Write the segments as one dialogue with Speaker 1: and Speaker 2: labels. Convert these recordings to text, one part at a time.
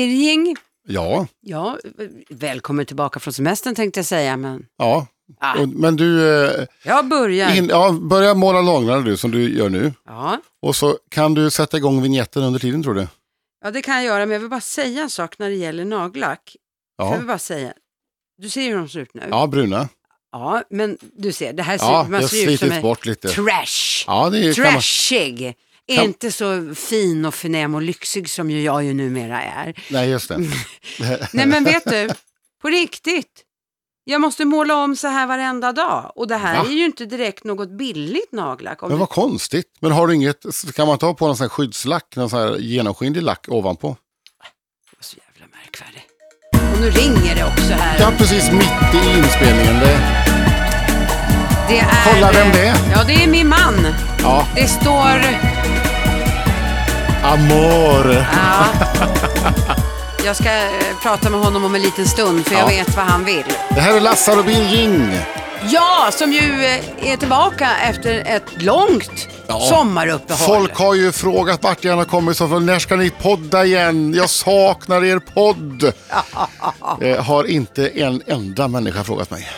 Speaker 1: Birging,
Speaker 2: Ja,
Speaker 1: ja, välkommen tillbaka från semestern tänkte jag säga, men
Speaker 2: ja.
Speaker 1: Ah.
Speaker 2: Och, men du, eh,
Speaker 1: jag börjar.
Speaker 2: in, ja, börja måla långrann du som du gör nu.
Speaker 1: Ja.
Speaker 2: Och så kan du sätta igång vignetten under tiden tror du?
Speaker 1: ja, det kan jag göra, men jag vill bara säga en sak när det gäller nagellack. Jag
Speaker 2: Ja,
Speaker 1: vill bara säga, du ser hur de ser ut nu.
Speaker 2: ja bruna.
Speaker 1: Ja, men du ser, det här ser,
Speaker 2: Ja, det
Speaker 1: Alltså, man
Speaker 2: har
Speaker 1: ser ut som
Speaker 2: slitits
Speaker 1: en
Speaker 2: bort lite.
Speaker 1: trash.
Speaker 2: Ja, det kan man,
Speaker 1: Trashig.
Speaker 2: Kan-
Speaker 1: Inte så fin och förnäm och lyxig som ju jag ju numera är.
Speaker 2: nej just det.
Speaker 1: Nej men vet du, på riktigt. Jag måste måla om så här varenda dag. Och det här
Speaker 2: Va?
Speaker 1: är ju inte direkt något billigt nagellack. Om
Speaker 2: Men vad konstigt. Men har du inget, kan man ta på någon sån här skyddslack, någon sån här genomskinlig lack ovanpå?
Speaker 1: det var så jävla märkvärdigt. Och nu ringer det också här.
Speaker 2: Ja, precis mitt i inspelningen. Det,
Speaker 1: Det är,
Speaker 2: Kolla vem det är.
Speaker 1: Ja, det är min man.
Speaker 2: ja,
Speaker 1: Det står...
Speaker 2: amor.
Speaker 1: Ja. Jag ska eh, prata med honom om en liten stund för jag
Speaker 2: Ja.
Speaker 1: vet vad han vill.
Speaker 2: Det här är Lassar och Birging.
Speaker 1: Ja, som ju eh, är tillbaka efter ett långt
Speaker 2: Ja.
Speaker 1: sommaruppehåll.
Speaker 2: Folk har ju frågat vart jag har kommit så när ska ni podda igen? Jag saknar er podd. eh, har inte en enda människa frågat mig.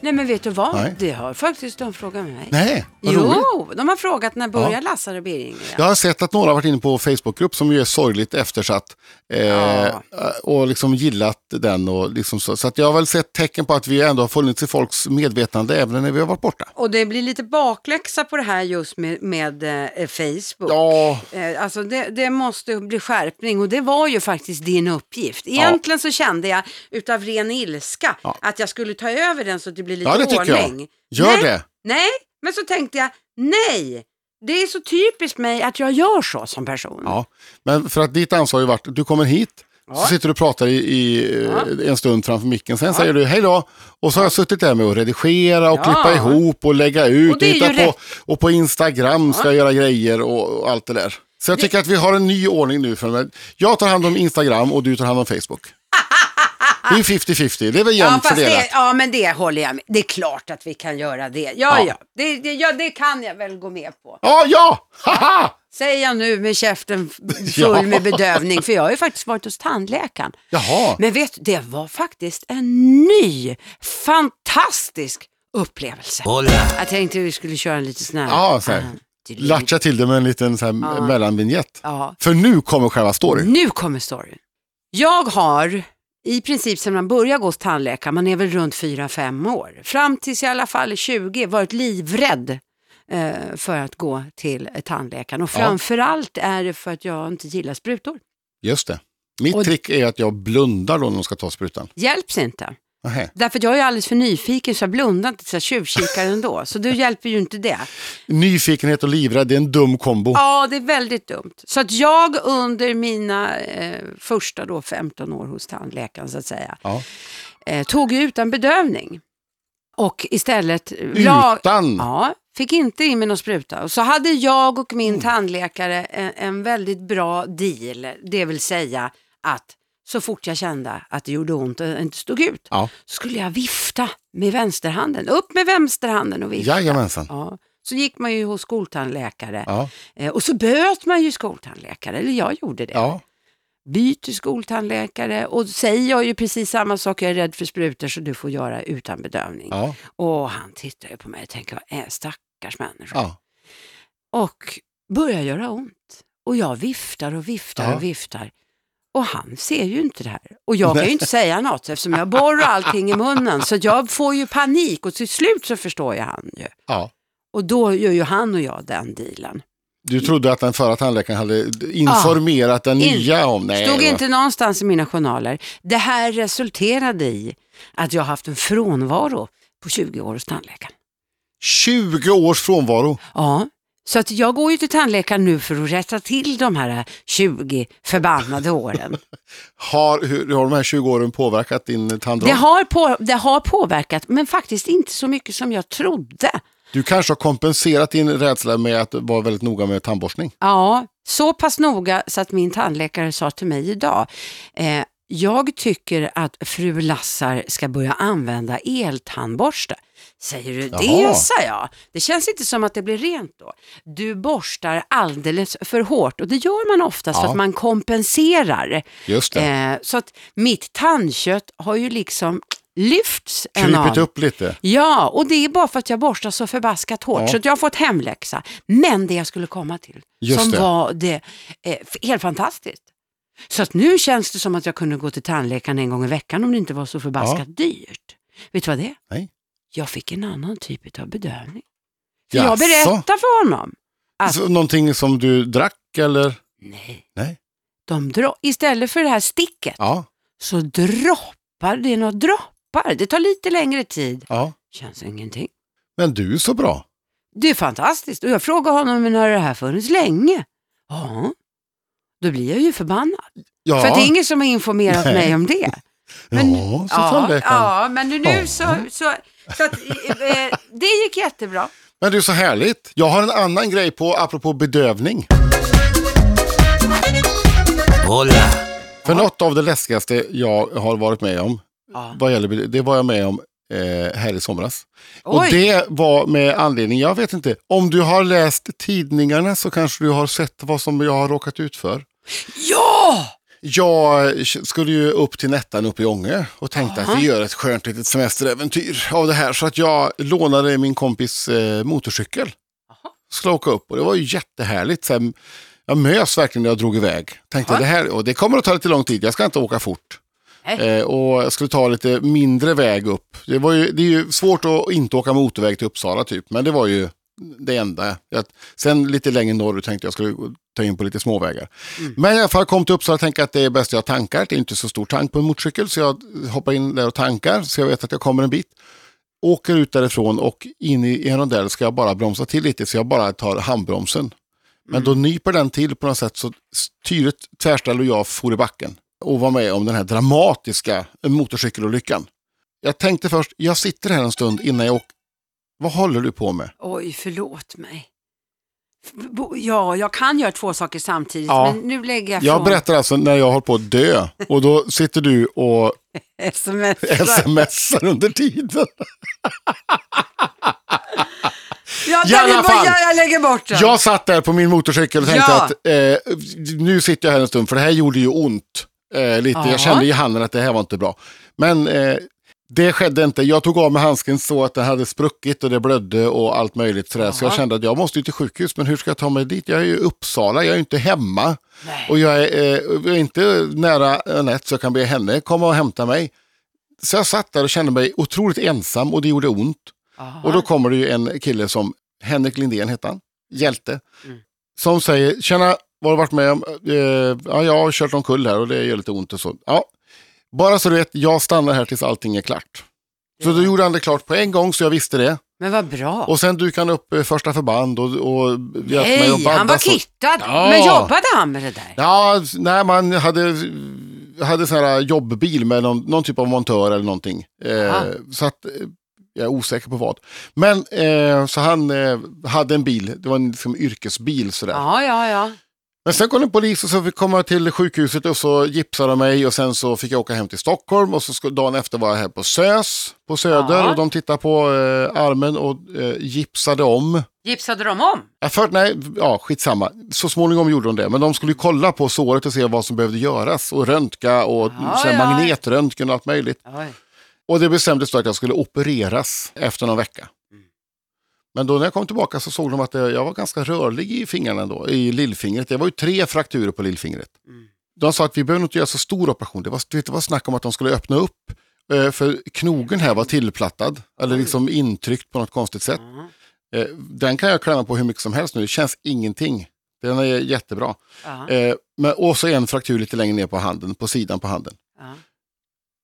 Speaker 1: Nej, men vet du vad?
Speaker 2: Nej.
Speaker 1: Det har faktiskt de frågat mig.
Speaker 2: Nej, vad roligt.
Speaker 1: Jo, de har frågat när börjar
Speaker 2: Ja.
Speaker 1: Lassar och Birging igen?
Speaker 2: Jag har sett att några har varit inne på Facebookgrupp som ju är sorgligt eftersatt. Eh,
Speaker 1: Ja.
Speaker 2: Och liksom gillat den. Och liksom så så att jag har väl sett tecken på att vi ändå har funnits i folks medvetande även när vi har varit borta.
Speaker 1: Och det blir lite bakläxa på det här just med, med eh, Facebook.
Speaker 2: Ja,
Speaker 1: Eh, Alltså det, det måste bli skärpning och det var ju faktiskt din uppgift. Egentligen så kände jag utav ren ilska
Speaker 2: Ja.
Speaker 1: att jag skulle ta över den så att det blir lite
Speaker 2: ja det tycker
Speaker 1: ordning.
Speaker 2: jag. Gör
Speaker 1: Nej.
Speaker 2: det.
Speaker 1: Nej, men så tänkte jag, nej, det är så typiskt mig att jag gör så som person.
Speaker 2: Ja. Men för att ditt ansvar har ju varit, du kommer hit,
Speaker 1: Ja.
Speaker 2: så sitter du och pratar i, i eh, en stund framför micken, sen säger du hej då. Och så har jag suttit där med att redigera och
Speaker 1: Ja.
Speaker 2: klippa ihop och lägga ut.
Speaker 1: Och det är
Speaker 2: hitta
Speaker 1: ju
Speaker 2: på,
Speaker 1: rätt.
Speaker 2: och på Instagram ska jag göra grejer och, och allt det där. Så jag tycker att vi har en ny ordning nu. För mig. Jag tar hand om Instagram och du tar hand om Facebook. Det är 50-50, det är väl
Speaker 1: Ja,
Speaker 2: jämnt
Speaker 1: fast
Speaker 2: fördelat.
Speaker 1: det, ja, men det håller jag med. Det är klart att vi kan göra det. Ja, ja.
Speaker 2: Ja.
Speaker 1: Det, det, ja det kan jag väl gå med på.
Speaker 2: Ja, ja! Haha!
Speaker 1: Säger jag nu med käften full
Speaker 2: Ja.
Speaker 1: med bedövning, för jag har ju faktiskt varit hos tandläkaren.
Speaker 2: Jaha,
Speaker 1: Men vet du, det var faktiskt en ny, fantastisk upplevelse. Jag tänkte vi skulle köra en liten sån här...
Speaker 2: Ja, så här.
Speaker 1: Ah,
Speaker 2: latcha till det med en liten så här mellanvinjett.
Speaker 1: ja.
Speaker 2: För nu kommer själva storyn.
Speaker 1: Nu kommer storyn. Jag har i princip sedan man började gå hos tandläkaren, man är väl runt 4-5 år, fram tills jag i alla fall är 20 varit livrädd eh, för att gå till tandläkaren. Och
Speaker 2: Ja.
Speaker 1: framförallt är det för att jag inte gillar sprutor.
Speaker 2: Just det. Mitt
Speaker 1: Och-
Speaker 2: trick är att jag blundar då när de ska ta sprutan.
Speaker 1: Hjälps inte.
Speaker 2: Nähä.
Speaker 1: Därför att jag är alldeles för nyfiken så jag blundar inte så jag tjuvkikar ändå. Så du hjälper ju inte det.
Speaker 2: Nyfikenhet och livrädd, det är en dum kombo.
Speaker 1: Ja, det är väldigt dumt. Så att jag under mina eh, första då 15 år hos tandläkaren så att säga,
Speaker 2: Ja.
Speaker 1: eh, tog ju utan bedövning. Och istället la-
Speaker 2: Utan!
Speaker 1: Ja, fick inte in mig någon spruta. Och så hade jag och
Speaker 2: Mm.
Speaker 1: min tandläkare en, en väldigt bra deal. Det vill säga att så fort jag kände att det gjorde ont och inte stod ut,
Speaker 2: Ja.
Speaker 1: så skulle jag vifta med vänsterhanden. Upp med vänsterhanden och vifta.
Speaker 2: Jajamensan.
Speaker 1: Ja. Så gick man ju hos skoltandläkare.
Speaker 2: Ja.
Speaker 1: Eh, Och så böt man ju skoltandläkare, eller jag gjorde det.
Speaker 2: Ja.
Speaker 1: Byter skoltandläkare och säger jag ju precis samma sak, jag är rädd för sprutor så du får göra utan bedövning.
Speaker 2: Ja.
Speaker 1: Och han tittar ju på mig och tänker, vad är stackars människa.
Speaker 2: ja.
Speaker 1: Och börjar göra ont. Och jag viftar och viftar
Speaker 2: Ja.
Speaker 1: och viftar. Och han ser ju inte det här. Och jag kan ju
Speaker 2: Nej.
Speaker 1: inte säga något eftersom jag borrar allting i munnen. Så jag får ju panik och till slut så förstår jag han ju.
Speaker 2: ja.
Speaker 1: Och då gör ju han och jag den dealen.
Speaker 2: Du trodde att den förra tandläkaren hade informerat den
Speaker 1: In-
Speaker 2: nya om... Nej,
Speaker 1: Stod
Speaker 2: det var-
Speaker 1: inte någonstans i mina journaler. Det här resulterade i att jag haft en frånvaro på 20 år hos tandläkaren.
Speaker 2: 20 års frånvaro.
Speaker 1: Ja, så att jag går ju till tandläkaren nu för att rätta till de här 20 förbannade åren.
Speaker 2: Har, hur har de här 20 åren påverkat din
Speaker 1: Det
Speaker 2: tandroll?
Speaker 1: har, på, det har påverkat, men faktiskt inte så mycket som jag trodde.
Speaker 2: Du kanske har kompenserat din rädsla med att vara väldigt noga med tandborstning.
Speaker 1: Ja, så pass noga så att min tandläkare sa till mig idag eh, Jag tycker att fru Lassar ska börja använda eltandborste. Säger du
Speaker 2: Jaha.
Speaker 1: det, sa jag. Det känns inte som att det blir rent då. Du borstar alldeles för hårt och det gör man oftast för
Speaker 2: Ja.
Speaker 1: att man kompenserar.
Speaker 2: Just det.
Speaker 1: Eh, så att mitt tandkött har ju liksom lyfts en
Speaker 2: Krypit
Speaker 1: aning.
Speaker 2: upp lite.
Speaker 1: Ja, och det är bara för att jag borstar så förbaskat hårt
Speaker 2: Ja.
Speaker 1: så att jag har fått hemläxa. Men det jag skulle komma till,
Speaker 2: Just
Speaker 1: som
Speaker 2: det.
Speaker 1: var det, eh, helt fantastiskt. Så att nu känns det som att jag kunde gå till tandläkaren en gång i veckan om det inte var så förbaskat dyrt. Vet du vad det är?
Speaker 2: Nej.
Speaker 1: Jag fick en annan typ av bedövning. För
Speaker 2: Jaså?
Speaker 1: jag berättade för honom. att-
Speaker 2: Så, någonting som du drack eller?
Speaker 1: Nej.
Speaker 2: Nej.
Speaker 1: De dro- Istället för det här sticket
Speaker 2: Ja.
Speaker 1: så droppar det några droppar. Det tar lite längre tid.
Speaker 2: ja.
Speaker 1: Känns ingenting.
Speaker 2: Men du är så bra.
Speaker 1: Det är fantastiskt. Och jag frågar honom, men har det här funnits länge? Ja. Då blir jag ju förbannad.
Speaker 2: Ja,
Speaker 1: För det är ingen som har informerat
Speaker 2: Nej.
Speaker 1: mig om det. men-
Speaker 2: ja så
Speaker 1: Ja,
Speaker 2: tandläkaren.
Speaker 1: ja, men nu
Speaker 2: Ja.
Speaker 1: så, så, så att, eh, det gick jättebra.
Speaker 2: Men du, så härligt. Jag har en annan grej på, apropå bedövning. För något av det läskigaste jag har varit med om,
Speaker 1: Ja.
Speaker 2: vad gäller, bedö- det var jag med om eh, här i somras. Och
Speaker 1: Oj.
Speaker 2: det var med anledning, jag vet inte, om du har läst tidningarna så kanske du har sett vad som jag har råkat ut för.
Speaker 1: Ja!
Speaker 2: Jag skulle ju upp till Nettan uppe i Ånge och tänkte att vi gör ett skönt litet semesteräventyr av det här. Så att jag lånade min kompis eh, motorcykel. Skulle åka upp och det var ju jättehärligt. Sen, jag mös verkligen när jag drog iväg. Tänkte
Speaker 1: Jaha.
Speaker 2: det här och det kommer att ta lite lång tid, jag ska inte åka fort.
Speaker 1: Nej.
Speaker 2: Eh, och jag skulle ta lite mindre väg upp. Det, var ju, det är ju svårt att inte åka motorväg till Uppsala typ, men det var ju det enda. Jag, sen lite längre norrut tänkte jag skulle gå- ta in på lite småvägar. Men i alla fall kom till Uppsala och tänkte att det är bäst jag tankar. Det är inte så stor tank på en motorcykel så jag hoppar in där och tankar så jag vet att jag kommer en bit. Åker ut därifrån och in i en rondell ska jag bara bromsa till lite så jag bara tar handbromsen. Men då nyper den till på något sätt så styret tvärställde och jag for i backen och var med om den här dramatiska motorcykelolyckan. Jag tänkte först, jag sitter här en stund innan jag åker. Vad håller du på med?
Speaker 1: Oj, förlåt mig. Bo- Ja, jag kan göra två saker samtidigt,
Speaker 2: Ja.
Speaker 1: men nu lägger jag
Speaker 2: Jag
Speaker 1: från
Speaker 2: berättar alltså när jag håller på att dö och då sitter du och
Speaker 1: sms.
Speaker 2: smsar under tiden.
Speaker 1: Jag,
Speaker 2: I alla
Speaker 1: jag,
Speaker 2: fall.
Speaker 1: jag lägger bort den.
Speaker 2: Jag satt där på min motorcykel och tänkte
Speaker 1: Ja.
Speaker 2: att eh, nu sitter jag här en stund för det här gjorde ju ont. Eh, lite.
Speaker 1: Ja.
Speaker 2: Jag kände i handen att det här var inte bra. Men eh, det skedde inte. Jag tog av mig handsken så att den hade spruckit och det blödde och allt möjligt. Sådär. Så jag
Speaker 1: Jaha.
Speaker 2: kände att jag måste ju till sjukhus men hur ska jag ta mig dit? Jag är ju i Uppsala, jag är ju inte hemma.
Speaker 1: Nej.
Speaker 2: Och jag är, eh, jag är inte nära Anette så jag kan be henne komma och hämta mig. Så jag satt där och kände mig otroligt ensam och det gjorde ont.
Speaker 1: Jaha.
Speaker 2: Och då kommer det ju en kille som, Henrik Lindén hette han, hjälte,
Speaker 1: Mm.
Speaker 2: som säger, tjena, vad har du varit med om? Eh, ja, jag har kört omkull här och det gör lite ont och så. Ja, bara så du vet, jag stannar här tills allting är klart. Så då gjorde han det klart på en gång så jag visste det.
Speaker 1: Men vad bra.
Speaker 2: Och sen dukade han upp eh, första förband och, och hjälpte mig att
Speaker 1: Nej, han var
Speaker 2: bandas och-
Speaker 1: kittad.
Speaker 2: Ja.
Speaker 1: Men jobbade han med det där?
Speaker 2: Ja, nej, man hade, hade sån här jobbbil med någon, någon typ av montör eller någonting. Eh,
Speaker 1: Aha.
Speaker 2: så att eh, jag är osäker på vad. Men eh, så han eh, hade en bil, det var en liksom, yrkesbil sådär.
Speaker 1: Ja, ja, ja.
Speaker 2: Men sen kom det en polis och så fick jag komma till sjukhuset och så gipsade de mig och sen så fick jag åka hem till Stockholm och så skulle- dagen efter var jag här på SÖS på Söder
Speaker 1: Ja.
Speaker 2: och de tittade på eh, armen och eh, gipsade om.
Speaker 1: Gipsade de om?
Speaker 2: Ja, För, nej, ja, skitsamma. Så småningom gjorde de det. Men de skulle ju kolla på såret och se vad som behövde göras. Och röntga och
Speaker 1: Ja,
Speaker 2: sen
Speaker 1: ja.
Speaker 2: magnetröntgen och allt möjligt.
Speaker 1: Oj.
Speaker 2: Och det bestämdes då att jag skulle opereras efter någon vecka.
Speaker 1: Mm.
Speaker 2: Men då när jag kom tillbaka så såg de att jag jag var ganska rörlig i fingrarna ändå, i lillfingret. Det var ju tre frakturer på lillfingret.
Speaker 1: Mm.
Speaker 2: De sa att vi behöver nog inte göra så stor operation. Det var, du vet, det var snack om att de skulle öppna upp. eh, För knogen här var tillplattad, eller liksom intryckt på något konstigt sätt. Eh, Den kan jag klämma på hur mycket som helst nu, det känns ingenting. Den är jättebra.
Speaker 1: Ja,
Speaker 2: Eh, Men, och så en fraktur lite längre ner på handen, på sidan på handen.
Speaker 1: ja.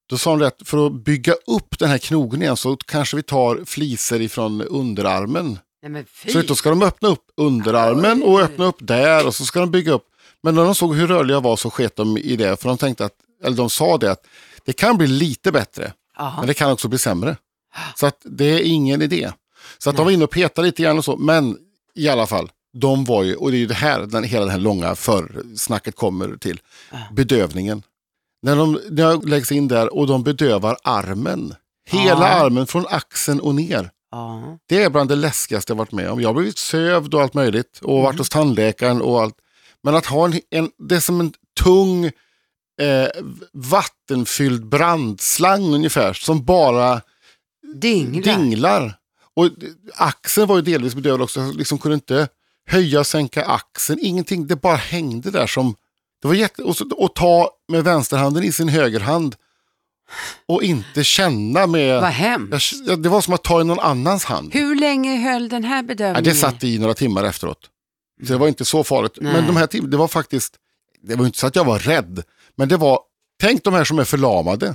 Speaker 2: Då sa de att för att bygga upp den här knogen igen så kanske vi tar fliser ifrån underarmen.
Speaker 1: Nej men fy.
Speaker 2: Så då ska de öppna upp underarmen och öppna upp där och så ska de bygga upp. Men när de såg hur rörlig jag var så sket de i det för de tänkte att, eller de sa det att det kan bli lite bättre
Speaker 1: Ja.
Speaker 2: men det kan också bli sämre. Så att det är ingen idé. Så att de var inne och petade lite grann och så, men i alla fall, de var ju, och det är ju det här, den, hela den här långa försnacket kommer till, bedövningen. När de, när jag läggs in där och de bedövar armen. Hela
Speaker 1: Ja.
Speaker 2: armen från axeln och ner.
Speaker 1: Ja.
Speaker 2: Det är bland det läskigaste jag varit med om. Jag har blivit sövd och allt möjligt och varit hos tandläkaren och allt. Men att ha en, en det är som en tung eh, vattenfylld brandslang ungefär som bara
Speaker 1: Dinglar.
Speaker 2: dinglar. Och axeln var ju delvis bedövad också, jag liksom kunde inte höja och sänka axeln, ingenting, det bara hängde där som, det var jätte, och, så, och ta med vänsterhanden i sin högerhand och inte känna med,
Speaker 1: Vad hemskt.
Speaker 2: jag, jag- det var som att ta i någon annans hand.
Speaker 1: Hur länge höll den här
Speaker 2: Ja,
Speaker 1: bedövningen?
Speaker 2: det satt i några timmar efteråt. Så det var inte så farligt.
Speaker 1: Nej.
Speaker 2: Men de här timmarna, det var faktiskt, det var inte så att jag var rädd, men det var, tänk de här som är förlamade,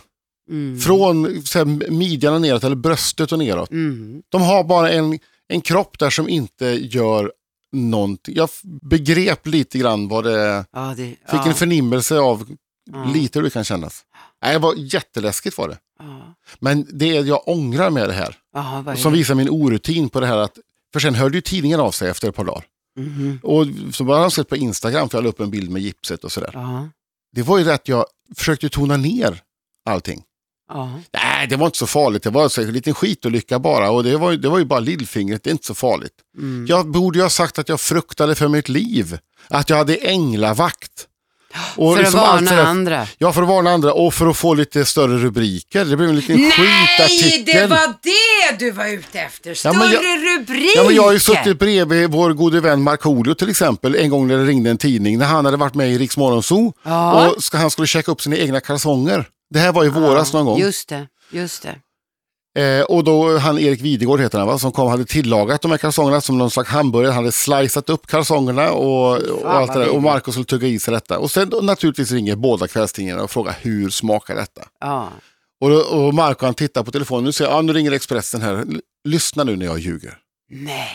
Speaker 1: Mm.
Speaker 2: från så här, midjan och neråt eller bröstet och neråt.
Speaker 1: Mm.
Speaker 2: De har bara en, en kropp där som inte gör någonting. Jag f- begrep lite grann vad det
Speaker 1: Ja, det,
Speaker 2: Fick
Speaker 1: ja.
Speaker 2: en förnimmelse av
Speaker 1: Ja.
Speaker 2: lite hur det kan kännas. Nej, det var jätteläskigt var det.
Speaker 1: Ja.
Speaker 2: Men det är jag ångrar med det här,
Speaker 1: Ja, vad är
Speaker 2: som
Speaker 1: det?
Speaker 2: visar min orutin på det här att för sen hörde ju tidningen av sig efter ett par dagar.
Speaker 1: Mhm.
Speaker 2: Och så bara han sett på Instagram, för jag la upp en bild med gipset och sådär.
Speaker 1: Ja.
Speaker 2: Det var ju det att jag försökte tona ner allting.
Speaker 1: Ja.
Speaker 2: Nej, det var inte så farligt. Det var så en liten skitolycka bara. Och det var, ju- det var ju bara lillfingret, det är inte så farligt.
Speaker 1: Mm.
Speaker 2: Jag borde ju ha sagt att jag fruktade för mitt liv. Att jag hade änglavakt. Och
Speaker 1: För att
Speaker 2: liksom allt
Speaker 1: varna
Speaker 2: sådär-
Speaker 1: andra.
Speaker 2: Ja, för att varna andra och för att få lite större rubriker. Det blev en liten
Speaker 1: Nej,
Speaker 2: skitartikel.
Speaker 1: det var det du var ute efter.
Speaker 2: Ja,
Speaker 1: Större
Speaker 2: men jag-
Speaker 1: rubriker.
Speaker 2: Ja, men jag har ju suttit bredvid vår gode vän Markoolio till exempel en gång när det ringde en tidning när han hade varit med i Riks Morgonzoo
Speaker 1: Ja.
Speaker 2: och ska, han skulle checka upp sina egna kalsonger. Det här var i våras någon gång.
Speaker 1: Just det, just det.
Speaker 2: Eh, och då han Erik Videgård heter han va, som kom hade tillagat de här kalsongerna som någon slags hamburgare. Han hade slicat upp kalsongerna och, och
Speaker 1: vad
Speaker 2: allt det där. Och
Speaker 1: vidrigt.
Speaker 2: Marco skulle tugga i sig detta. Och sen då, naturligtvis ringer båda kvällstidningarna och frågar hur smakar detta?
Speaker 1: Ja.
Speaker 2: Och, då- och Marco han tittar på telefonen nu säger, ja nu ringer Expressen här. L- Lyssna nu när jag ljuger.
Speaker 1: Nej.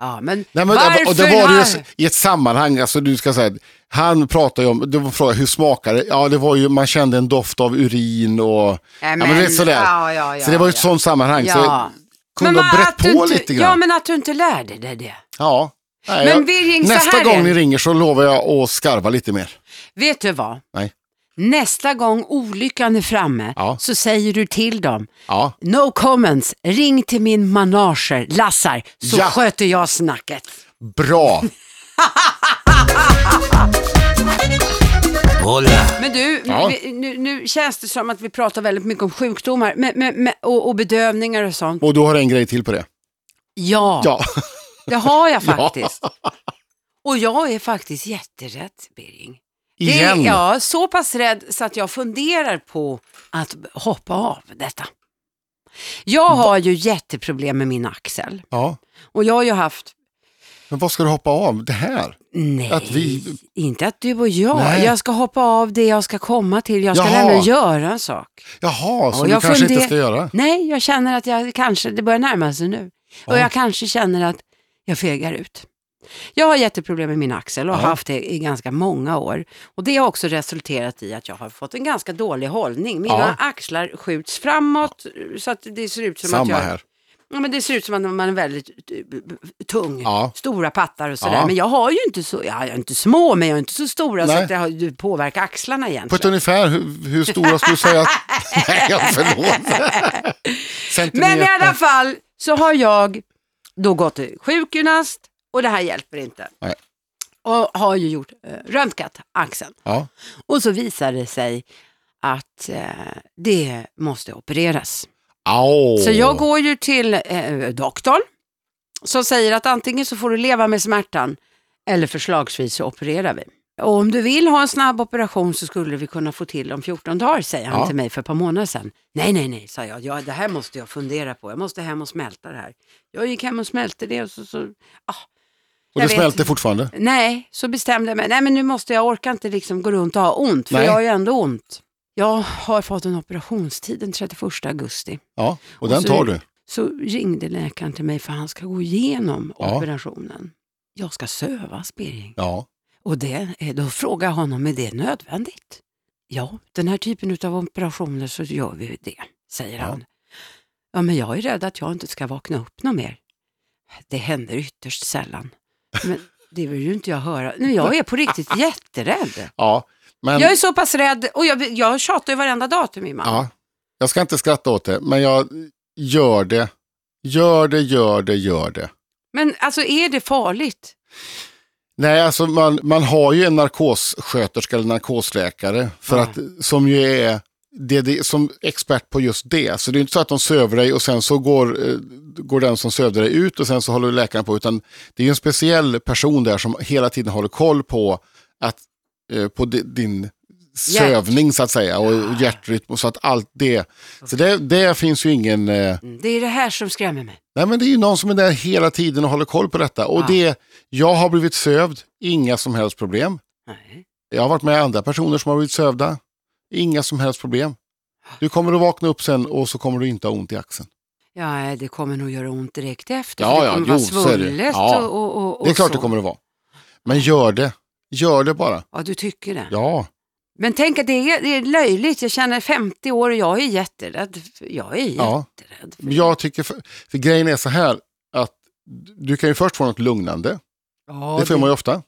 Speaker 1: Ja, men,
Speaker 2: Nej, men,
Speaker 1: varför
Speaker 2: och det var
Speaker 1: har...
Speaker 2: ju s- i ett sammanhang, alltså du ska säga, han pratar ju om, det var frågan hur smakar det? Ja det var ju, man kände en doft av urin och,
Speaker 1: Nej,
Speaker 2: men det är sådär.
Speaker 1: Ja, ja, ja,
Speaker 2: så det var ju ett
Speaker 1: ja.
Speaker 2: sånt sammanhang.
Speaker 1: Ja.
Speaker 2: Så kunde
Speaker 1: vad
Speaker 2: ha brett
Speaker 1: att du
Speaker 2: på
Speaker 1: inte-
Speaker 2: lite grann.
Speaker 1: Ja, men att du inte lärde dig det.
Speaker 2: Ja. Nej,
Speaker 1: Men
Speaker 2: jag-
Speaker 1: Birging, så
Speaker 2: nästa
Speaker 1: här
Speaker 2: gång
Speaker 1: är
Speaker 2: ni
Speaker 1: det.
Speaker 2: ringer så lovar jag att skarva lite mer.
Speaker 1: Vet du vad?
Speaker 2: Nej.
Speaker 1: Nästa gång olyckan är framme
Speaker 2: Ja.
Speaker 1: så säger du till dem,
Speaker 2: Ja.
Speaker 1: no comments, ring till min manager Lassar så
Speaker 2: Ja.
Speaker 1: sköter jag snacket.
Speaker 2: Bra.
Speaker 1: Men du,
Speaker 2: Ja.
Speaker 1: vi, nu, nu känns det som att vi pratar väldigt mycket om sjukdomar men, men, men, och, och bedövningar och sånt.
Speaker 2: Och du har en grej till på det.
Speaker 1: Ja,
Speaker 2: Ja.
Speaker 1: det har jag faktiskt. Och jag är faktiskt jätterädd, Birging. Det är-
Speaker 2: Igen.
Speaker 1: Ja, så pass rädd så att jag funderar på att hoppa av detta. Jag har ju jätteproblem med min axel
Speaker 2: Ja.
Speaker 1: och jag har ju haft,
Speaker 2: Men vad ska du hoppa av? Det här?
Speaker 1: nej,
Speaker 2: Att vi-
Speaker 1: inte att du och jag,
Speaker 2: Nej.
Speaker 1: jag ska hoppa av det jag ska komma till, jag ska
Speaker 2: Jaha.
Speaker 1: nämligen göra en sak.
Speaker 2: Jaha, som
Speaker 1: Och
Speaker 2: du
Speaker 1: jag
Speaker 2: kanske inte
Speaker 1: funder-
Speaker 2: ska göra.
Speaker 1: Nej, jag känner att jag kanske, det börjar närma sig nu, och
Speaker 2: Ja.
Speaker 1: jag kanske känner att jag fegar ut. Jag har jätteproblem med min axel och har
Speaker 2: Ja.
Speaker 1: haft det i ganska många år. Och det har också resulterat i att jag har fått en ganska dålig hållning. Mina
Speaker 2: Ja.
Speaker 1: axlar skjuts framåt så att det ser ut som att
Speaker 2: Samma
Speaker 1: jag...
Speaker 2: här.
Speaker 1: Ja, men det ser ut som att man är väldigt eh, b- b- tung,
Speaker 2: Ja.
Speaker 1: stora pattar och sådär.
Speaker 2: Ja.
Speaker 1: Men jag har ju inte så, jag är inte små men jag är inte så stora så
Speaker 2: Nej.
Speaker 1: att det har- det påverkar axlarna
Speaker 2: På ett
Speaker 1: egentligen.
Speaker 2: ungefär, hur, hur stora skulle du säga? att- Nej, jag förlåt. Centimeter.
Speaker 1: Men i alla fall så har jag då gått till sjukgymnast och det här hjälper inte.
Speaker 2: Nej.
Speaker 1: Och har ju gjort eh, röntgat axeln.
Speaker 2: Ja.
Speaker 1: Och så visar det sig att eh, det måste opereras.
Speaker 2: Au.
Speaker 1: Så jag går ju till eh, doktorn som säger att antingen så får du leva med smärtan eller förslagsvis så opererar vi. Och om du vill ha en snabb operation så skulle vi kunna få till om 14 dagar, säger han
Speaker 2: Ja.
Speaker 1: till mig för ett par månader sedan. Nej, nej, nej, sa jag. Ja, det här måste jag fundera på. Jag måste hem och smälta det här. Jag gick hem och smälte det och så, så ah,
Speaker 2: Och
Speaker 1: jag
Speaker 2: det
Speaker 1: vet.
Speaker 2: smälter fortfarande.
Speaker 1: Nej, så bestämde jag mig. Nej, men nu måste jag orka inte liksom gå runt och ha ont, för
Speaker 2: Nej.
Speaker 1: jag har ju ändå ont. Jag har fått en operationstid den 31 augusti.
Speaker 2: Ja, och den
Speaker 1: så-
Speaker 2: tar du.
Speaker 1: Så ringde läkaren till mig för han ska gå igenom
Speaker 2: Ja.
Speaker 1: operationen. Jag ska sövas, Birging.
Speaker 2: Ja.
Speaker 1: Och det, eh, då frågar jag honom, är det nödvändigt? Ja, den här typen av operationer så gör vi det, säger
Speaker 2: Ja.
Speaker 1: han. Ja, men jag är rädd att jag inte ska vakna upp något mer. Det händer ytterst sällan. Men det vill ju inte jag höra. Nu, jag är på riktigt jätterädd.
Speaker 2: ja. Men,
Speaker 1: Jag är så pass rädd och jag, jag tjatar ju varenda dag till min man.
Speaker 2: ja, jag ska inte skratta åt det, men jag gör det. Gör det, gör det, gör det.
Speaker 1: Men alltså är det farligt?
Speaker 2: Nej, alltså man, man har ju en narkossköterska eller narkosläkare för
Speaker 1: Ja.
Speaker 2: att, som ju är det, det, som expert på just det. Så det är inte så att de söver dig och sen så går, eh, går den som sövde dig ut och sen så håller läkaren på. Utan det är ju en speciell person där som hela tiden håller koll på, att, eh, på di- din sövning så att säga och, och hjärtrytm och så att allt det. Så det, det finns ju ingen... Eh,
Speaker 1: Mm, Det är det här som skrämmer mig.
Speaker 2: Nej men det är ju någon som är där hela tiden och håller koll på detta. Och
Speaker 1: Ja.
Speaker 2: det, jag har blivit sövd, inga som helst problem.
Speaker 1: Nej.
Speaker 2: Jag har varit med andra personer som har blivit sövda, inga som helst problem. Du kommer att vakna upp sen och så kommer du inte ha ont i axeln.
Speaker 1: Ja, nej, det kommer nog göra ont direkt efter.
Speaker 2: Ja,
Speaker 1: för det
Speaker 2: ja,
Speaker 1: kommer
Speaker 2: jo,
Speaker 1: vara
Speaker 2: så är det ju.
Speaker 1: svullet
Speaker 2: Ja.
Speaker 1: och, och, och, och
Speaker 2: Det är klart
Speaker 1: så.
Speaker 2: det kommer att vara. Men gör det, gör det bara.
Speaker 1: Ja, du tycker det.
Speaker 2: Ja,
Speaker 1: Men tänk att det är, det är löjligt. Jag känner 50 år och jag är jätterädd. Jag är
Speaker 2: Ja.
Speaker 1: jätterädd. för-
Speaker 2: jag tycker, för, för grejen är så här att du kan ju först få något lugnande,
Speaker 1: Ja,
Speaker 2: det får man ju ofta, eh,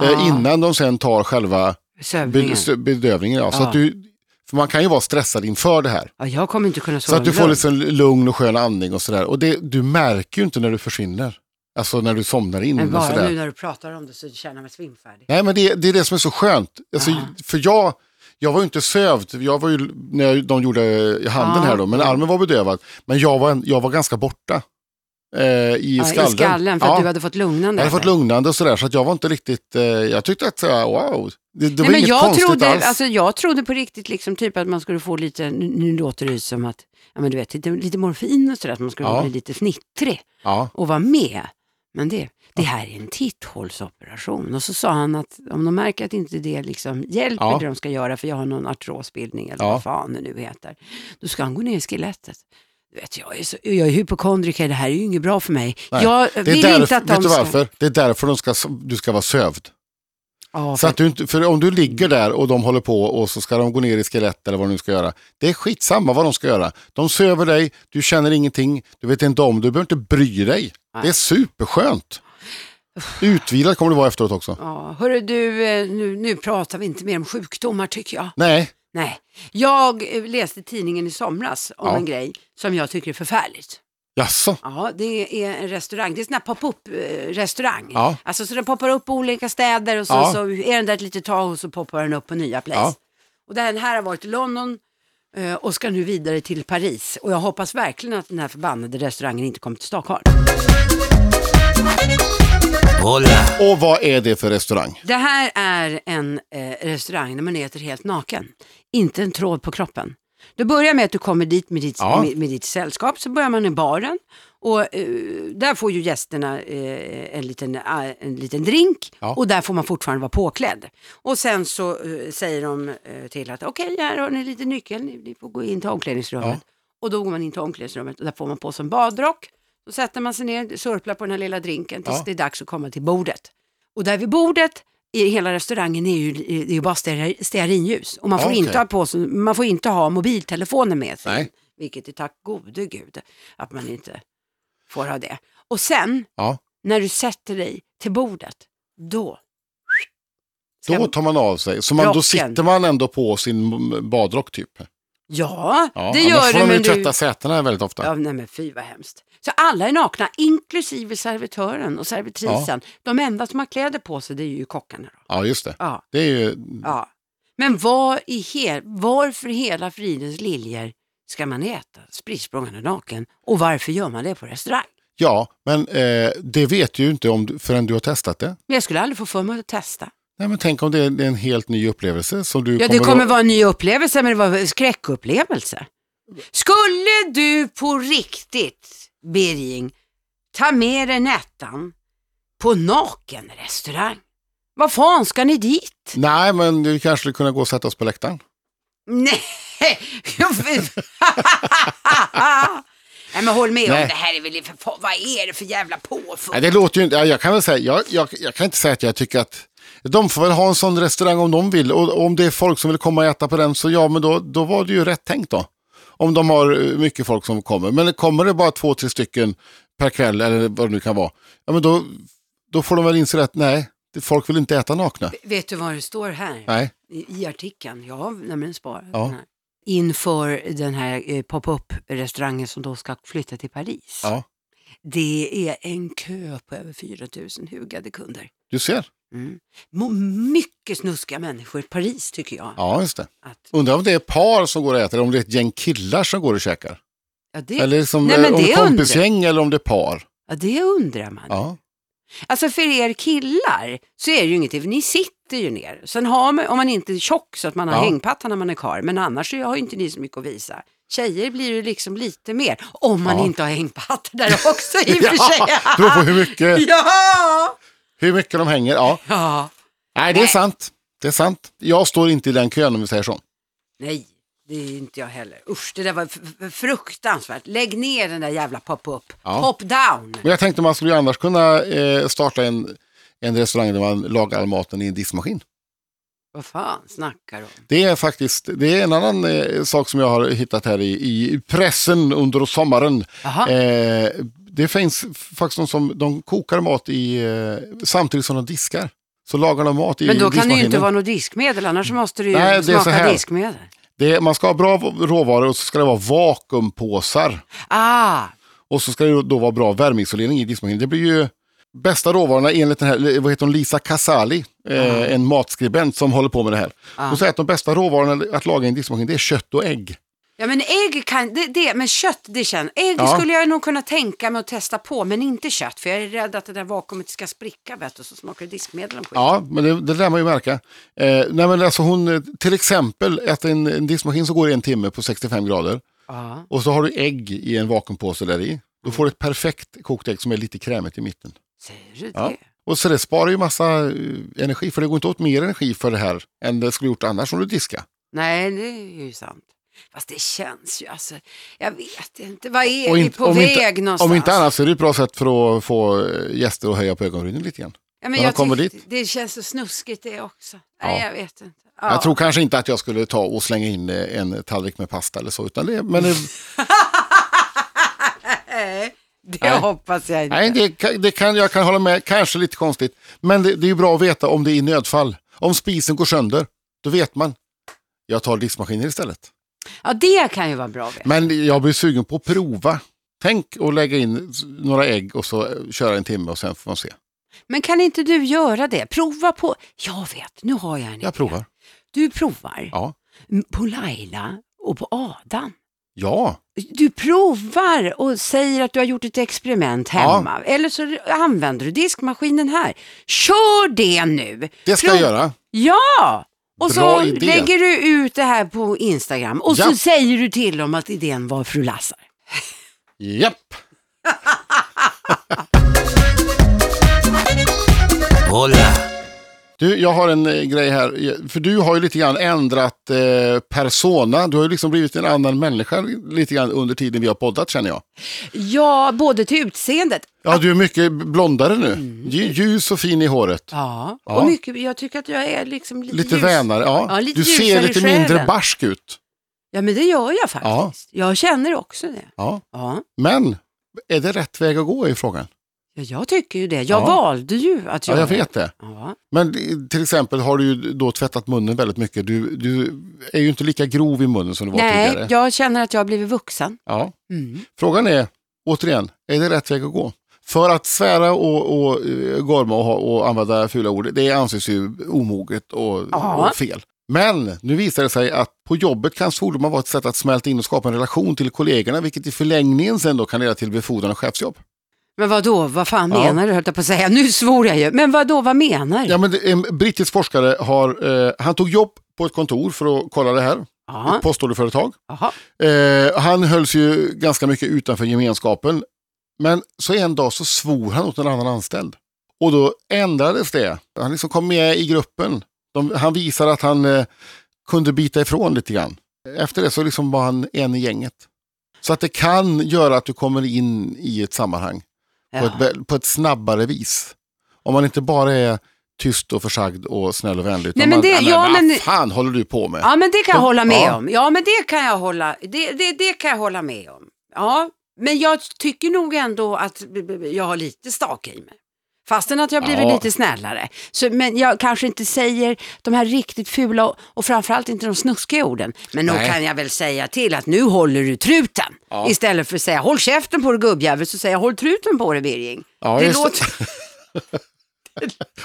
Speaker 1: Ja,
Speaker 2: innan de sen tar själva
Speaker 1: Sövningen.
Speaker 2: be- bedövningen. Ja. Så
Speaker 1: Ja.
Speaker 2: att du, för man kan ju vara stressad inför det här.
Speaker 1: Ja, jag kommer inte kunna
Speaker 2: Så
Speaker 1: sova
Speaker 2: att du
Speaker 1: i
Speaker 2: får
Speaker 1: lugn.
Speaker 2: liksom lugn och skön andning och sådär. Och det, du märker ju inte när du försvinner. Alltså när du somnar in
Speaker 1: Men
Speaker 2: och
Speaker 1: bara
Speaker 2: sådär.
Speaker 1: nu när du pratar om det så känner jag mig svimfärdig.
Speaker 2: Nej men det, det är det som är så skönt. Alltså,
Speaker 1: Ja.
Speaker 2: För jag, jag var ju inte sövd. Jag var ju, när jag- de gjorde eh, handen
Speaker 1: Ja.
Speaker 2: här då, men armen var bedövad. Men jag var, en- jag var ganska borta. Eh, i,
Speaker 1: Ja,
Speaker 2: skallen.
Speaker 1: I skallen för att
Speaker 2: Ja,
Speaker 1: du hade fått lugnande.
Speaker 2: Jag hade fått
Speaker 1: eller?
Speaker 2: lugnande och sådär. Så att jag var inte riktigt, eh, jag tyckte att eh, wow. Det, det var
Speaker 1: Nej, men
Speaker 2: inget
Speaker 1: jag
Speaker 2: konstigt
Speaker 1: trodde,
Speaker 2: alls.
Speaker 1: alltså, jag trodde på riktigt liksom, typ att man skulle få lite, nu, nu låter det ju som att, ja men du vet, lite, lite morfin och sådär, att man skulle
Speaker 2: Ja.
Speaker 1: bli lite fnittrig
Speaker 2: ja.
Speaker 1: och vara med. Men det, det här är en titthålsoperation. Och så sa han att om de märker att inte det liksom hjälper
Speaker 2: Ja.
Speaker 1: det de ska göra, för jag har någon artrosbildning eller
Speaker 2: Ja.
Speaker 1: vad fan det nu heter, då ska han gå ner i skelettet. Du vet, jag är, så, jag är hypokondriker, det här är ju inget bra för mig.
Speaker 2: Nej,
Speaker 1: Jag
Speaker 2: Det är,
Speaker 1: vill
Speaker 2: därför,
Speaker 1: inte att de
Speaker 2: vet du
Speaker 1: ska...
Speaker 2: varför? det är därför de ska, du ska vara sövd.
Speaker 1: Ja,
Speaker 2: Så
Speaker 1: för,
Speaker 2: att du inte, för om du ligger där och de håller på och så ska de gå ner i skelett eller vad de nu ska göra. Det är skitsamma vad de ska göra. De söver dig, du känner ingenting, du vet inte om, du behöver inte bry dig.
Speaker 1: Nej.
Speaker 2: Det är superskönt. Utvilad kommer du vara efteråt också.
Speaker 1: ja, hörru du, eh, nu, nu pratar vi inte mer om sjukdomar tycker jag.
Speaker 2: Nej,
Speaker 1: Nej, jag eh, läste tidningen i somras om
Speaker 2: Ja.
Speaker 1: en grej som jag tycker är förfärligt.
Speaker 2: jaså?
Speaker 1: Ja, det är en restaurang, det är en sån här pop-up eh, restaurang.
Speaker 2: Ja.
Speaker 1: Alltså så den poppar upp på olika städer och så,
Speaker 2: Ja.
Speaker 1: så är den där ett litet tag och så poppar den upp på nya place.
Speaker 2: Ja.
Speaker 1: Och den här har varit i London eh, och ska nu vidare till Paris. Och jag hoppas verkligen att den här förbannade restaurangen inte kommer till Stockholm.
Speaker 3: Hola,
Speaker 2: Och vad är det för restaurang?
Speaker 1: Det här är en eh, restaurang där man äter helt naken. Inte en tråd på kroppen. Det börjar med att du kommer dit med ditt,
Speaker 2: Ja.
Speaker 1: med, med ditt sällskap, så börjar man i baren. Och eh, där får ju gästerna eh, en, liten, eh, en liten drink
Speaker 2: Ja.
Speaker 1: och där får man fortfarande vara påklädd. Och sen så eh, säger de eh, till att okej, här har ni lite nyckel, ni, ni får gå in till omklädningsrummet.
Speaker 2: Ja.
Speaker 1: Och då går man in till omklädningsrummet och där får man på sig en badrock. Så sätter man sig ner, sörplar på den här lilla drinken tills
Speaker 2: Ja.
Speaker 1: det är dags att komma till bordet. Och där vid bordet i hela restaurangen är ju, det är ju bara steari- stearinljus. Och man
Speaker 2: Ja,
Speaker 1: får,
Speaker 2: okej.
Speaker 1: inte ha på sig, man får inte ha mobiltelefoner med sig.
Speaker 2: Nej.
Speaker 1: Vilket är tack gode gud att man inte får ha det. Och sen
Speaker 2: Ja,
Speaker 1: när du sätter dig till bordet, då...
Speaker 2: då tar man av sig. Så man, då
Speaker 1: Rocken.
Speaker 2: sitter man ändå på sin badrock typ.
Speaker 1: Ja,
Speaker 2: Ja,
Speaker 1: det
Speaker 2: annars
Speaker 1: gör du.
Speaker 2: får de ju
Speaker 1: Men
Speaker 2: tvätta
Speaker 1: du...
Speaker 2: sätena väldigt ofta.
Speaker 1: Ja, nej men fy vad hemskt. Så alla är nakna, inklusive servitören och servitrisen. De enda som har kläder på sig, det är ju kockarna. Då.
Speaker 2: Ja, just det.
Speaker 1: Ja,
Speaker 2: Det är ju,
Speaker 1: ja. Men vad i hel... varför hela fridens liljer ska man äta spritsprångande naken? Och varför gör man det på restaurang?
Speaker 2: ja, men eh, det vet du ju inte om du, förrän du har testat det.
Speaker 1: Men jag skulle aldrig få för mig att testa.
Speaker 2: Nej, men tänk om det är det är en helt ny upplevelse som du
Speaker 1: Ja,
Speaker 2: kommer,
Speaker 1: det kommer
Speaker 2: att...
Speaker 1: vara en ny upplevelse, men det var en skräckupplevelse. Skulle du på riktigt, Birging, ta med dig Nettan på naken restaurang? Vad fan ska ni dit?
Speaker 2: Nej, men vi kanske skulle kunna gå och sätta oss på läktaren.
Speaker 1: Nej, jag vet- Nej men håll med
Speaker 2: Nej.
Speaker 1: om det här är väl för fa- vad är det för jävla påfund?
Speaker 2: Nej, det låter ju inte... ja, Jag kan väl säga, jag, jag, jag kan inte säga att jag tycker att... De får väl ha en sån restaurang om de vill. Och om det är folk som vill komma och äta på den, så ja, men då, då var det ju rätt tänkt då. Om de har eh, mycket folk som kommer. Men kommer det bara två, tre stycken per kväll eller vad det nu kan vara. Ja, men då, då får de väl inse att nej, det- folk vill inte äta nakna.
Speaker 1: Vet du vad det står här
Speaker 2: Nej.
Speaker 1: i, i artikeln? Jag har nämligen sparat
Speaker 2: Ja.
Speaker 1: den här. Inför den här eh, pop-up restaurangen som då ska flytta till Paris.
Speaker 2: Ja.
Speaker 1: Det är en kö på över 4000 hugade kunder.
Speaker 2: Du ser.
Speaker 1: Mm. Må- Mycket snuskiga människor i Paris tycker jag.
Speaker 2: Ja, just det.
Speaker 1: Att,
Speaker 2: Undrar om det är par som går och äter, eller om det är ett gäng killar som går och käkar.
Speaker 1: ja, det,
Speaker 2: Eller som,
Speaker 1: Nej,
Speaker 2: eh,
Speaker 1: men
Speaker 2: om
Speaker 1: det
Speaker 2: det är
Speaker 1: undrar-
Speaker 2: kompisgäng eller om det är par.
Speaker 1: ja, det undrar man.
Speaker 2: Ja.
Speaker 1: Alltså för er killar så är det ju inget, ni sitter ju ner. Sen har man, om man inte är tjock så att man har
Speaker 2: Ja.
Speaker 1: hängpatta när man är karl, men annars så har ju inte ni så mycket att visa. Tjejer blir ju liksom lite mer, om man
Speaker 2: Ja.
Speaker 1: inte har hängpatta där också i och för sig.
Speaker 2: det beror på hur mycket,
Speaker 1: ja!
Speaker 2: hur mycket de hänger. Ja.
Speaker 1: ja!
Speaker 2: Nej, det är
Speaker 1: Nej.
Speaker 2: sant. Det är sant. Jag står inte i den kön om vi säger så.
Speaker 1: Nej, det är inte jag heller. Usch, det där var f- f- fruktansvärt. Lägg ner den där jävla pop-up.
Speaker 2: Ja.
Speaker 1: Pop-down.
Speaker 2: Men jag tänkte man skulle ju annars kunna eh, starta en, en restaurang där man lagar all maten i en diskmaskin.
Speaker 1: Vad fan snackar du om?
Speaker 2: Det är faktiskt, det är en annan eh, sak som jag har hittat här i, i pressen under sommaren.
Speaker 1: Jaha,
Speaker 2: Eh, det finns faktiskt de som de kokar mat i, eh, samtidigt som de diskar. Så lagar de mat i
Speaker 1: men då kan det ju inte
Speaker 2: diskmaskinen.
Speaker 1: vara något diskmedel, annars måste det ju
Speaker 2: Nej, det är så
Speaker 1: smaka
Speaker 2: här.
Speaker 1: diskmedel.
Speaker 2: Det, man ska ha bra råvaror och så ska det vara vakuumpåsar.
Speaker 1: Ah,
Speaker 2: Och så ska det då vara bra värmeisolering i diskmaskinen. Det blir ju bästa råvarorna enligt den här, vad heter hon, Lisa Casali,
Speaker 1: Ah.
Speaker 2: eh, en matskribent som håller på med det här.
Speaker 1: Ja.
Speaker 2: Hon säger att de bästa råvarorna att laga i en diskmaskin det är kött och ägg.
Speaker 1: Ja men ägg kan, det, det, men kött det känns, ägg
Speaker 2: Ja.
Speaker 1: skulle jag nog kunna tänka mig att testa på men inte kött för jag är rädd att det där vakuumet ska spricka vet du, så smakar det diskmedel och skit.
Speaker 2: Ja, men det, det lär man ju märka. Eh, nej men alltså hon, eh, till exempel, att en, en diskmaskin så går i en timme på 65 grader
Speaker 1: Ja.
Speaker 2: och så har du ägg i en vakuumpåse där i. Då får du ett perfekt kokt ägg som är lite krämigt i mitten.
Speaker 1: Säger du det?
Speaker 2: Ja. Och så det sparar ju massa eh, energi, för det går inte åt mer energi för det här än det skulle gjort annars om du diskar.
Speaker 1: Nej det är ju sant. Fast det känns ju alltså, jag vet inte, vad är
Speaker 2: Och
Speaker 1: vi
Speaker 2: inte-
Speaker 1: på
Speaker 2: om inte-
Speaker 1: väg någonstans?
Speaker 2: Om inte annat så är det ett bra sätt för att få eh, gäster att höja på ögonbrynen lite grann.
Speaker 1: ja,
Speaker 2: när
Speaker 1: men
Speaker 2: de
Speaker 1: jag
Speaker 2: kommer
Speaker 1: tycker-
Speaker 2: dit.
Speaker 1: Det känns så snuskigt det också. Nej
Speaker 2: Ja.
Speaker 1: jag vet inte. Ja.
Speaker 2: Jag tror kanske inte att jag skulle ta och slänga in eh, en tallrik med pasta eller så, utan det, men det,
Speaker 1: Nej, det
Speaker 2: Nej.
Speaker 1: hoppas jag inte.
Speaker 2: nej, det, kan- det kan, jag kan hålla med, kanske lite konstigt. Men det, det är ju bra att veta om det är i nödfall. Om spisen går sönder, då vet man. Jag tar diskmaskiner istället.
Speaker 1: Ja det kan ju vara bra. Vet.
Speaker 2: Men jag blir sugen på att prova. Tänk att lägga in s- några ägg och så eh, köra en timme och sen får man se.
Speaker 1: Men kan inte du göra det? Prova på, jag vet, nu har jag en idé.
Speaker 2: Jag provar.
Speaker 1: Du provar
Speaker 2: Ja.
Speaker 1: m- på Laila och på Adam.
Speaker 2: Ja,
Speaker 1: Du provar och säger att du har gjort ett experiment hemma. Eller så använder du diskmaskinen här. Kör det nu!
Speaker 2: det ska
Speaker 1: Prov-
Speaker 2: jag göra.
Speaker 1: Ja! Och
Speaker 2: Bra
Speaker 1: så
Speaker 2: idé.
Speaker 1: lägger du ut det här på Instagram och så
Speaker 2: Ja.
Speaker 1: säger du till dem att idén var fru Lassar.
Speaker 2: Japp. Du, jag har en eh, grej här. För du har ju lite grann ändrat eh, persona. Du har ju liksom blivit en annan människa lite grann under tiden vi har poddat känner jag.
Speaker 1: Ja, både till utseendet.
Speaker 2: Ja, du är mycket blondare nu.
Speaker 1: Mm.
Speaker 2: Lj- Ljus och fin i håret.
Speaker 1: Ja,
Speaker 2: Ja.
Speaker 1: och mycket, jag tycker att jag är liksom lite,
Speaker 2: Lite
Speaker 1: ljus.
Speaker 2: vänare. Ja.
Speaker 1: Ja, lite
Speaker 2: du ser
Speaker 1: ljusare i
Speaker 2: lite
Speaker 1: själen.
Speaker 2: mindre barsk ut.
Speaker 1: Ja, men det gör jag faktiskt. Jag känner också det.
Speaker 2: Ja.
Speaker 1: Ja.
Speaker 2: Men är det rätt väg att gå är frågan.
Speaker 1: Ja, jag tycker ju det. Jag
Speaker 2: Ja.
Speaker 1: valde ju att
Speaker 2: Ja,
Speaker 1: göra
Speaker 2: jag vet det.
Speaker 1: Ja.
Speaker 2: Men det- till exempel har du ju då tvättat munnen väldigt mycket. Du, du är ju inte lika grov i munnen som du var
Speaker 1: Nej,
Speaker 2: tidigare.
Speaker 1: jag känner att jag har blivit vuxen.
Speaker 2: Ja.
Speaker 1: Mm.
Speaker 2: Frågan är, återigen, är det rätt väg att gå? För att svära och, och eh, gorma och, ha- och använda fula ord, det anses ju omoget och,
Speaker 1: Ja.
Speaker 2: och fel. Men nu visar det sig att på jobbet kan svordomar vara ett sätt att smälta in och skapa en relation till kollegorna, vilket i förlängningen sen då kan leda till befordran och chefsjobb.
Speaker 1: Men vad då? vad fan
Speaker 2: Ja.
Speaker 1: menar du höll jag på att säga. Nu svor jag ju. Men vad då? vad menar du?
Speaker 2: Ja, men det- en brittisk forskare har, eh, han tog jobb på ett kontor för att kolla det här,
Speaker 1: Ja.
Speaker 2: ett postorderföretag.
Speaker 1: Jaha.
Speaker 2: Eh, han hölls ju ganska mycket utanför gemenskapen. Men så en dag så svor han åt en annan anställd. Och då ändrades det. Han liksom kom med i gruppen. De, han visade att han eh, kunde bita ifrån lite grann. Efter det så liksom var han en i gänget. Så att det kan göra att du kommer in i ett sammanhang på, ett,
Speaker 1: Ja.
Speaker 2: bä- på ett snabbare vis. Om man inte bara är tyst och försagd och snäll och vänlig. utan
Speaker 1: Nej, men
Speaker 2: man,
Speaker 1: det- ja,
Speaker 2: vad
Speaker 1: men-
Speaker 2: fan håller du på med?
Speaker 1: ja, men det kan jag hålla med
Speaker 2: Ja.
Speaker 1: om. Ja, men det kan jag hålla, det, det, det kan jag hålla med om. Ja, men jag tycker nog ändå att b- b- jag har lite stak i mig. Fastän att jag blivit
Speaker 2: Ja.
Speaker 1: lite snällare. Så, men jag kanske inte säger de här riktigt fula och, och framförallt inte de snuskiga orden. Men nog
Speaker 2: Nej.
Speaker 1: kan jag väl säga till att nu håller du truten.
Speaker 2: Ja.
Speaker 1: Istället för att säga håll käften på dig gubbjävel så säger jag håll truten på dig Birging.
Speaker 2: Ja,
Speaker 1: det
Speaker 2: just det.
Speaker 1: låter...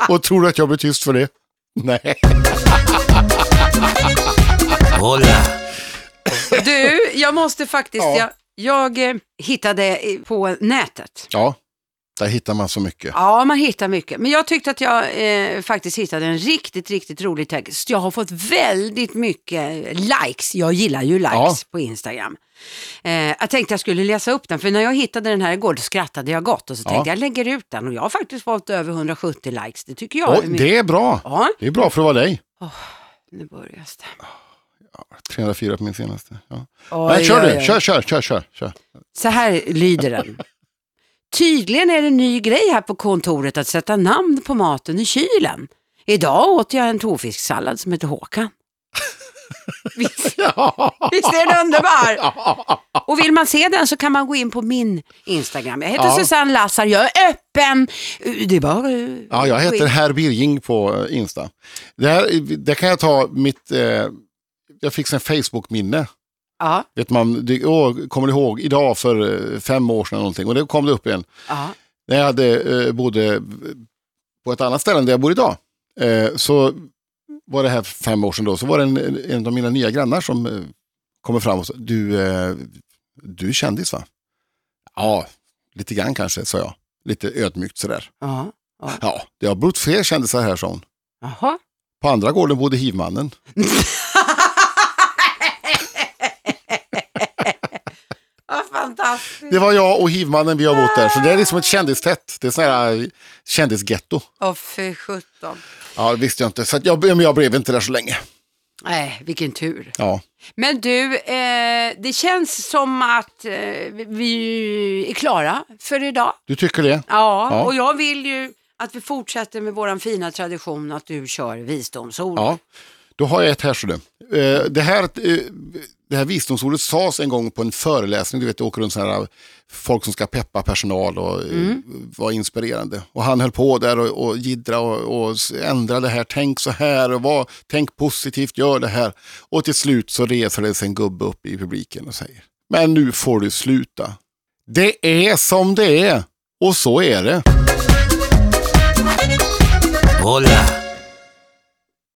Speaker 2: Och tror du att jag blir tyst för det? Nej.
Speaker 3: Hola,
Speaker 1: Du, jag måste faktiskt,
Speaker 2: Ja.
Speaker 1: jag, jag eh, hittade eh, på nätet.
Speaker 2: Ja, där hittar man så mycket.
Speaker 1: Ja, man hittar mycket. Men jag tyckte att jag eh, faktiskt hittade en riktigt, riktigt rolig text. Jag har fått väldigt mycket likes. Jag gillar ju likes
Speaker 2: Ja.
Speaker 1: på Instagram. Eh, jag tänkte jag skulle läsa upp den, för när jag hittade den här igår då skrattade jag gott och så
Speaker 2: Ja.
Speaker 1: tänkte jag lägger ut den och jag har faktiskt fått över 170 likes. Det tycker jag
Speaker 2: Oj,
Speaker 1: är mycket.
Speaker 2: det är bra.
Speaker 1: Ja,
Speaker 2: Det är bra för att vara dig.
Speaker 1: nu börjar det.
Speaker 2: 304 på min senaste. Ja. Nej, kör du. Kör, kör, kör, kör. kör.
Speaker 1: Så här lyder den. Tydligen är det en ny grej här på kontoret att sätta namn på maten i kylen. Idag åt jag en tonfisksallad som heter Håkan. Visst,
Speaker 2: Ja.
Speaker 1: visst är den underbar? Och vill man se den så kan man gå in på min Instagram. Jag heter
Speaker 2: Ja.
Speaker 1: Susanne Lassar, jag är öppen. Det är bara...
Speaker 2: Ja, jag heter Herr Birging på eh, Insta. Det här, där kan jag ta mitt... Eh, jag fick en Facebook-minne.
Speaker 1: Ja,
Speaker 2: Vet man, det, åh, kommer du ihåg, idag för eh, fem år sedan någonting. Och det kom det upp igen.
Speaker 1: ja,
Speaker 2: När jag hade, eh, bodde på ett annat ställe än där jag bor idag. Eh, så var det här för fem år sedan då. Så var det en, en av mina nya grannar som eh, kommer fram och sa, du, eh, du är kändis va? Ja, lite grann kanske, sa jag. Lite ödmjukt sådär.
Speaker 1: ja.
Speaker 2: Ja, det har bott fler kändisar här, sa hon.
Speaker 1: Jaha.
Speaker 2: På andra gården bodde hivmannen.
Speaker 1: Vad fantastiskt.
Speaker 2: Det var jag och hivmannen vi har bott där. Så det är liksom ett kändistätt. Det är sån här eh, kändisgetto.
Speaker 1: Åh, fy sjutton.
Speaker 2: Ja, det visste jag inte. Så att jag, men jag blev inte där så länge.
Speaker 1: Nej, vilken tur.
Speaker 2: Ja,
Speaker 1: Men du, eh, det känns som att eh, vi- vi är klara för idag.
Speaker 2: du tycker det?
Speaker 1: Ja,
Speaker 2: Ja.
Speaker 1: och jag vill ju att vi fortsätter med vår fina tradition att du kör visdomsord.
Speaker 2: Ja. Då har jag ett här, så du. Eh, Det här, eh, det här visdomsordet sades en gång på en föreläsning. Du vet, det åker runt så här folk som ska peppa personal och eh, vara inspirerande. Och han höll på där och, och jiddra och, och s- ändra det här. Tänk så här och var, tänk positivt, gör det här. Och till slut så reser det sig en gubbe upp i publiken och säger. Men nu får du sluta. Det är som det är och så är det.
Speaker 3: hola.